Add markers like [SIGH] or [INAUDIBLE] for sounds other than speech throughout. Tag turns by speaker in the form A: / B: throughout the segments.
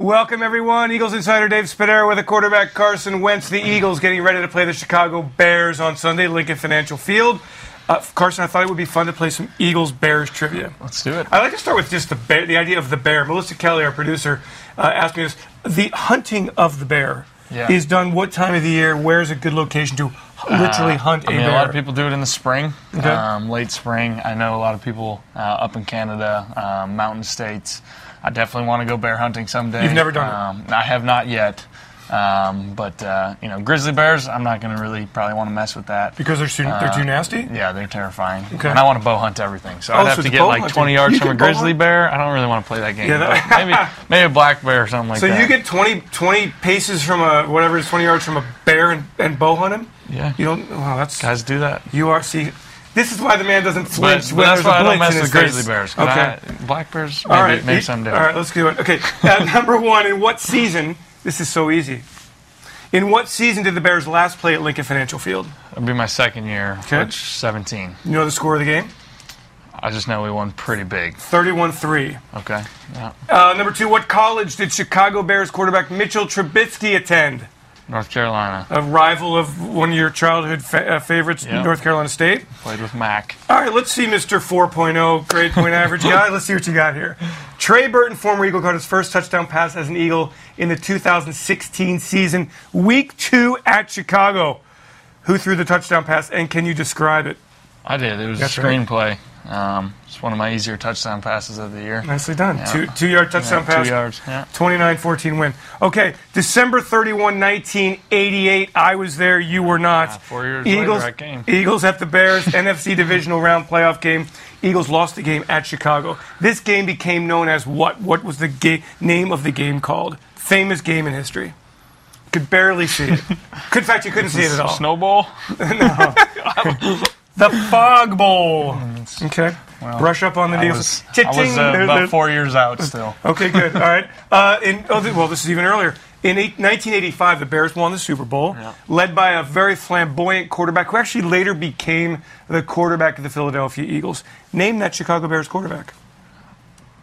A: Welcome, everyone. Eagles insider Dave Spadero with a quarterback Carson Wentz. The Eagles getting ready to play the Chicago Bears on Sunday, Lincoln Financial Field. Uh, Carson, I thought it would be fun to play some Eagles Bears trivia.
B: Let's do it.
A: I like to start with just the bear, the idea of the bear. Melissa Kelly, our producer, uh, asked me this: the hunting of the bear
B: Yeah.
A: is done what time of the year? Where's a good location to h- literally hunt
B: Uh, I
A: a
B: mean,
A: bear?
B: a lot of people do it in the spring,
A: Okay.
B: um, late spring. I know a lot of people uh, up in Canada, um, mountain states. I definitely want to go bear hunting someday.
A: You've never done it?
B: um, it. I have not yet. Um, but uh, you know, grizzly bears. I'm not going to really probably want to mess with that.
A: because they're too, they're too nasty.
B: Uh, Yeah, they're terrifying.
A: Okay.
B: And I want to bow hunt everything. So
A: Oh,
B: I'd have
A: so
B: to
A: it's
B: get
A: bow
B: like
A: hunting.
B: 20 yards
A: You
B: from a
A: can bow
B: grizzly
A: hunt?
B: bear. I don't really want to play that game.
A: Yeah, that-
B: but maybe maybe a black bear or something like
A: So
B: that.
A: you get 20, 20 paces from a whatever is twenty yards from a bear and, and bow hunt him.
B: Yeah.
A: You don't. Wow, that's
B: guys do that.
A: you are. See, this is why the man doesn't
B: But,
A: flinch.
B: but
A: when
B: that's
A: there's a
B: why I don't
A: blitz
B: mess
A: in
B: with
A: his
B: grizzly
A: face.
B: bears. 'cause
A: Okay.
B: I- black bears, maybe,
A: All right.
B: maybe
A: you-
B: someday.
A: All right, let's do it. Okay. At [LAUGHS] number one, in what season? This is so easy. In what season did the Bears last play at Lincoln Financial Field?
B: It'll be my second year,
A: Okay.
B: which 17.
A: You know the score of the game?
B: I just know we won pretty big.
A: 31 3.
B: Okay. Yeah.
A: Uh, number two, what college did Chicago Bears quarterback Mitchell Trubisky attend?
B: North Carolina
A: A rival of one of your childhood fa- uh, favorites,
B: Yeah.
A: North Carolina State.
B: played with Mac.
A: All right, let's see, Mr. 4.0 grade point average guy. Let's see what you got here. Trey Burton, former Eagle, caught his first touchdown pass as an Eagle in the 2016 season, week two at Chicago. Who threw the touchdown pass, and can you describe it?
B: I did. It was
A: That's
B: a
A: right.
B: screenplay. Um, it's one of my easier touchdown passes of the year.
A: Nicely done.
B: Yeah.
A: Two, two yard touchdown
B: Yeah,
A: pass.
B: Two yards. Yeah.
A: 29 14 win. Okay, December 31, 1988. I was there, you were not.
B: four years
A: Eagles,
B: later, I came.
A: Eagles at the Bears, [LAUGHS] NFC divisional round playoff game. Eagles lost the game at Chicago. This game became known as what? What was the ga- name of the game called? Famous game in history. Could barely see
B: [LAUGHS]
A: it. Could, in fact, you couldn't see it at all.
B: Snowball.
A: The Fog Bowl. Okay. Brush up on the
B: Mm, I
A: deals.
B: was, I
A: Ting,
B: was, uh,
A: there- there-
B: about four years out still.
A: Okay, good. All right. Uh, in, oh, th- well, this is even earlier. In eight, 1985, the Bears won the Super Bowl,
B: Yeah.
A: led by a very flamboyant quarterback who actually later became the quarterback of the Philadelphia Eagles. Name that Chicago Bears quarterback.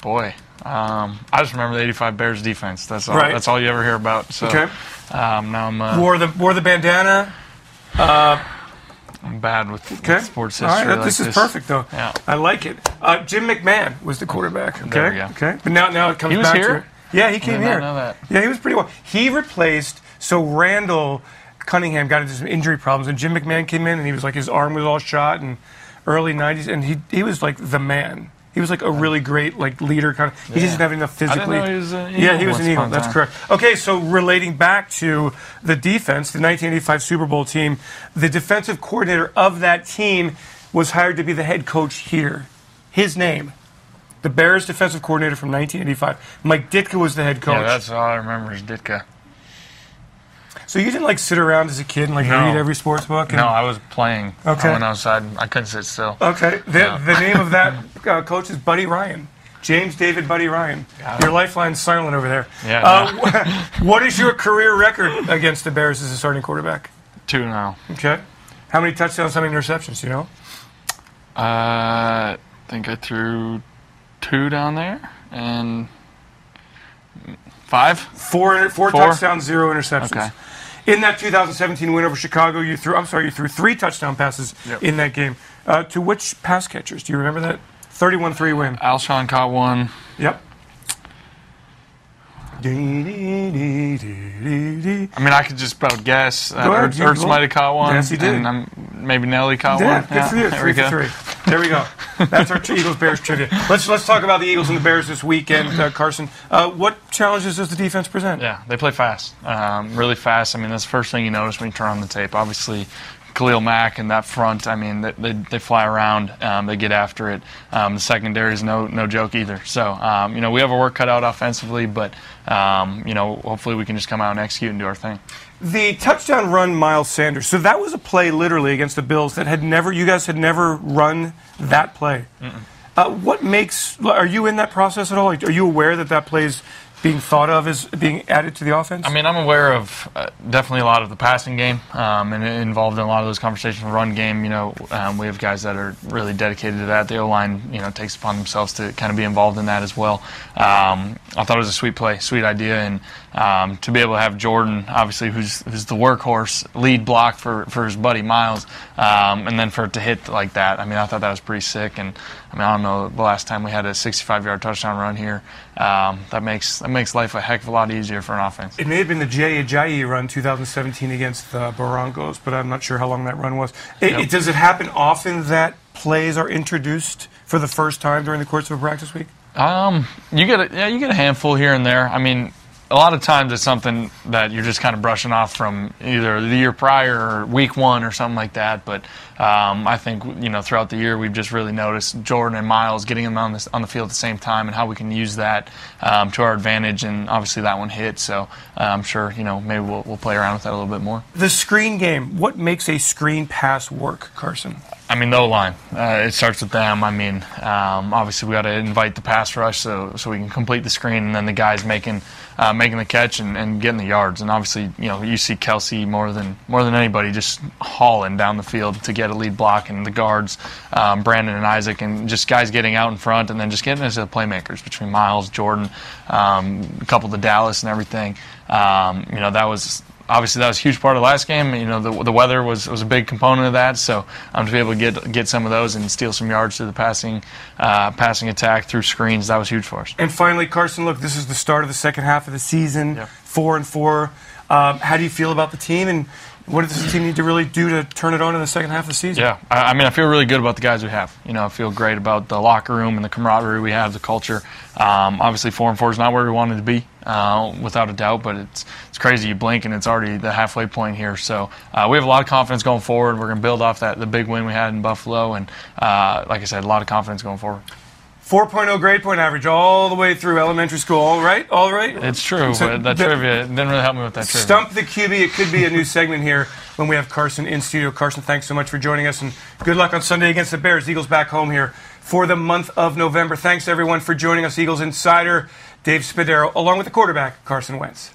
B: Boy, um, I just remember the '85 Bears defense. That's all.
A: Right.
B: That's all you ever hear about. So
A: Okay.
B: um, now I'm, uh,
A: Wore the wore the bandana.
B: I'm bad with, with
A: Okay.
B: sports
A: All
B: history.
A: right, that-
B: like
A: this is perfect though.
B: Yeah.
A: I like it. Uh, Jim McMahon was the quarterback. Okay.
B: There we go.
A: Okay. But now now it comes
B: He was
A: back to
B: here?
A: it. Yeah, he came
B: did not
A: here.
B: know that.
A: Yeah, he was pretty well. He replaced so Randall Cunningham got into some injury problems, and Jim McMahon came in, and he was like his arm was all shot, and early '90s, and he he was like the man. He was like a really great like leader. Kind of, he just didn't have enough
B: didn't
A: physically.
B: know he was an
A: yeah,
B: Eagle
A: he was
B: once
A: an eagle.
B: upon a
A: That's
B: time.
A: correct. Okay, so relating back to the defense, the 1985 Super Bowl team, the defensive coordinator of that team was hired to be the head coach here. His name. The Bears defensive coordinator from 1985. Mike Ditka was the head coach.
B: Yeah, that's all I remember is Ditka.
A: So you didn't like sit around as a kid and like
B: No.
A: read every sports book? And,
B: No, I was playing.
A: Okay.
B: I went outside. I couldn't sit still.
A: Okay. The, the name of that uh, coach is Buddy Ryan. James David Buddy Ryan. Your lifeline's silent over there.
B: Yeah,
A: Uh, [LAUGHS] what is your career record against the Bears as a starting quarterback?
B: Two now.
A: Okay. How many touchdowns, how many interceptions, do you know?
B: Uh, I think I threw two down there and five.
A: Four, four,
B: Four.
A: touchdowns, zero interceptions.
B: Okay.
A: In that 2017 win over Chicago, you threw, I'm sorry, you threw three touchdown passes
B: Yep.
A: in that game. Uh, to which pass catchers? Do you remember that? 31 3 win.
B: Alshon caught one.
A: Yep. Yeah,
B: I mean, I could just about guess. Uh,
A: Go ahead,
B: Ertz,
A: you
B: Ertz
A: go.
B: might have caught one.
A: Yes, he did.
B: And I'm, maybe Nelly caught one.
A: good for you.
B: [LAUGHS] there
A: Three
B: we go.
A: for three. There we go. That's our Eagles Bears trivia. Let's let's talk about the Eagles and the Bears this weekend, uh, Carson. Uh, what challenges does the defense present?
B: Yeah, they play fast, um, really fast. I mean, that's the first thing you notice when you turn on the tape. Obviously, Khalil Mack and that front. I mean, they, they, they fly around. Um, they get after it. Um, the secondary is no no joke either. So um, you know, we have our work cut out offensively, but um, you know, hopefully we can just come out and execute and do our thing.
A: The touchdown run, Miles Sanders. So that was a play literally against the Bills that had never you guys had never run that play. Uh, what makes are you in that process at all? Are you aware that that plays being thought of as being added to the offense?
B: I mean, I'm aware of uh, definitely a lot of the passing game, um, and involved in a lot of those conversations. Run game, you know, um, we have guys that are really dedicated to that. The O line, you know, takes upon themselves to kind of be involved in that as well. Um, I thought it was a sweet play, sweet idea, and um, to be able to have Jordan, obviously, who's who's the workhorse, lead block for, for his buddy Miles, um, and then for it to hit like that. I mean, I thought that was pretty sick. And I mean, I don't know the last time we had a 65-yard touchdown run here. Um, that makes that makes life a heck of a lot easier for an offense.
A: It may have been the Jay Ajayi run 2017 against the Barongos, but I'm not sure how long that run was. It,
B: Yep.
A: it- does it happen often that plays are introduced for the first time during the course of a practice week?
B: Um, you get a, yeah, you get a handful here and there. I mean, a lot of times it's something that you're just kind of brushing off from either the year prior or week one or something like that. But um, I think you know throughout the year we've just really noticed Jordan and Miles getting them on this on the field at the same time and how we can use that um, to our advantage. And obviously that one hit, so uh, I'm sure you know maybe we'll, we'll play around with that a little bit more.
A: The screen game. What makes a screen pass work, Carson?
B: I mean, no line. Uh, it starts with them. I mean, um, obviously we got to invite the pass rush so so we can complete the screen, and then the guys making uh, making the catch and, and getting the yards. And obviously, you know, you see Kelsey more than more than anybody just hauling down the field to get a lead block, and the guards, um, Brandon and Isaac, and just guys getting out in front, and then just getting us the playmakers between Miles, Jordan, um, a couple to Dallas, and everything. Um, you know, that was obviously that was a huge part of the last game. You know, the, the weather was, was a big component of that. So um, to be able to get get some of those and steal some yards through the passing uh, passing attack through screens, that was huge for us.
A: And finally, Carson, look, this is the start of the second half of the season,
B: Yeah.
A: four and four. Um, how do you feel about the team, and what does the team need to really do to turn it on in the second half of the season?
B: Yeah, I, I mean, I feel really good about the guys we have. You know, I feel great about the locker room and the camaraderie we have, the culture. Um, obviously, four and four is not where we wanted to be, uh, without a doubt. But it's it's crazy. You blink and it's already the halfway point here. So uh, we have a lot of confidence going forward. We're going to build off that the big win we had in Buffalo, and uh, like I said, a lot of confidence going forward.
A: 4.0 grade point average all the way through elementary school. All right, all right.
B: It's true,
A: So
B: but that
A: the-
B: trivia didn't really help me with that trivia.
A: Stump the QB. It could be a new segment here when we have Carson in studio. Carson, thanks so much for joining us, and good luck on Sunday against the Bears. Eagles back home here for the month of November. Thanks everyone for joining us. Eagles insider Dave Spadero, along with the quarterback Carson Wentz.